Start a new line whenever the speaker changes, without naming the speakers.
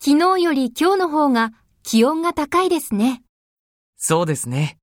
昨日より今日の方が気温が高いですね。
そうですね。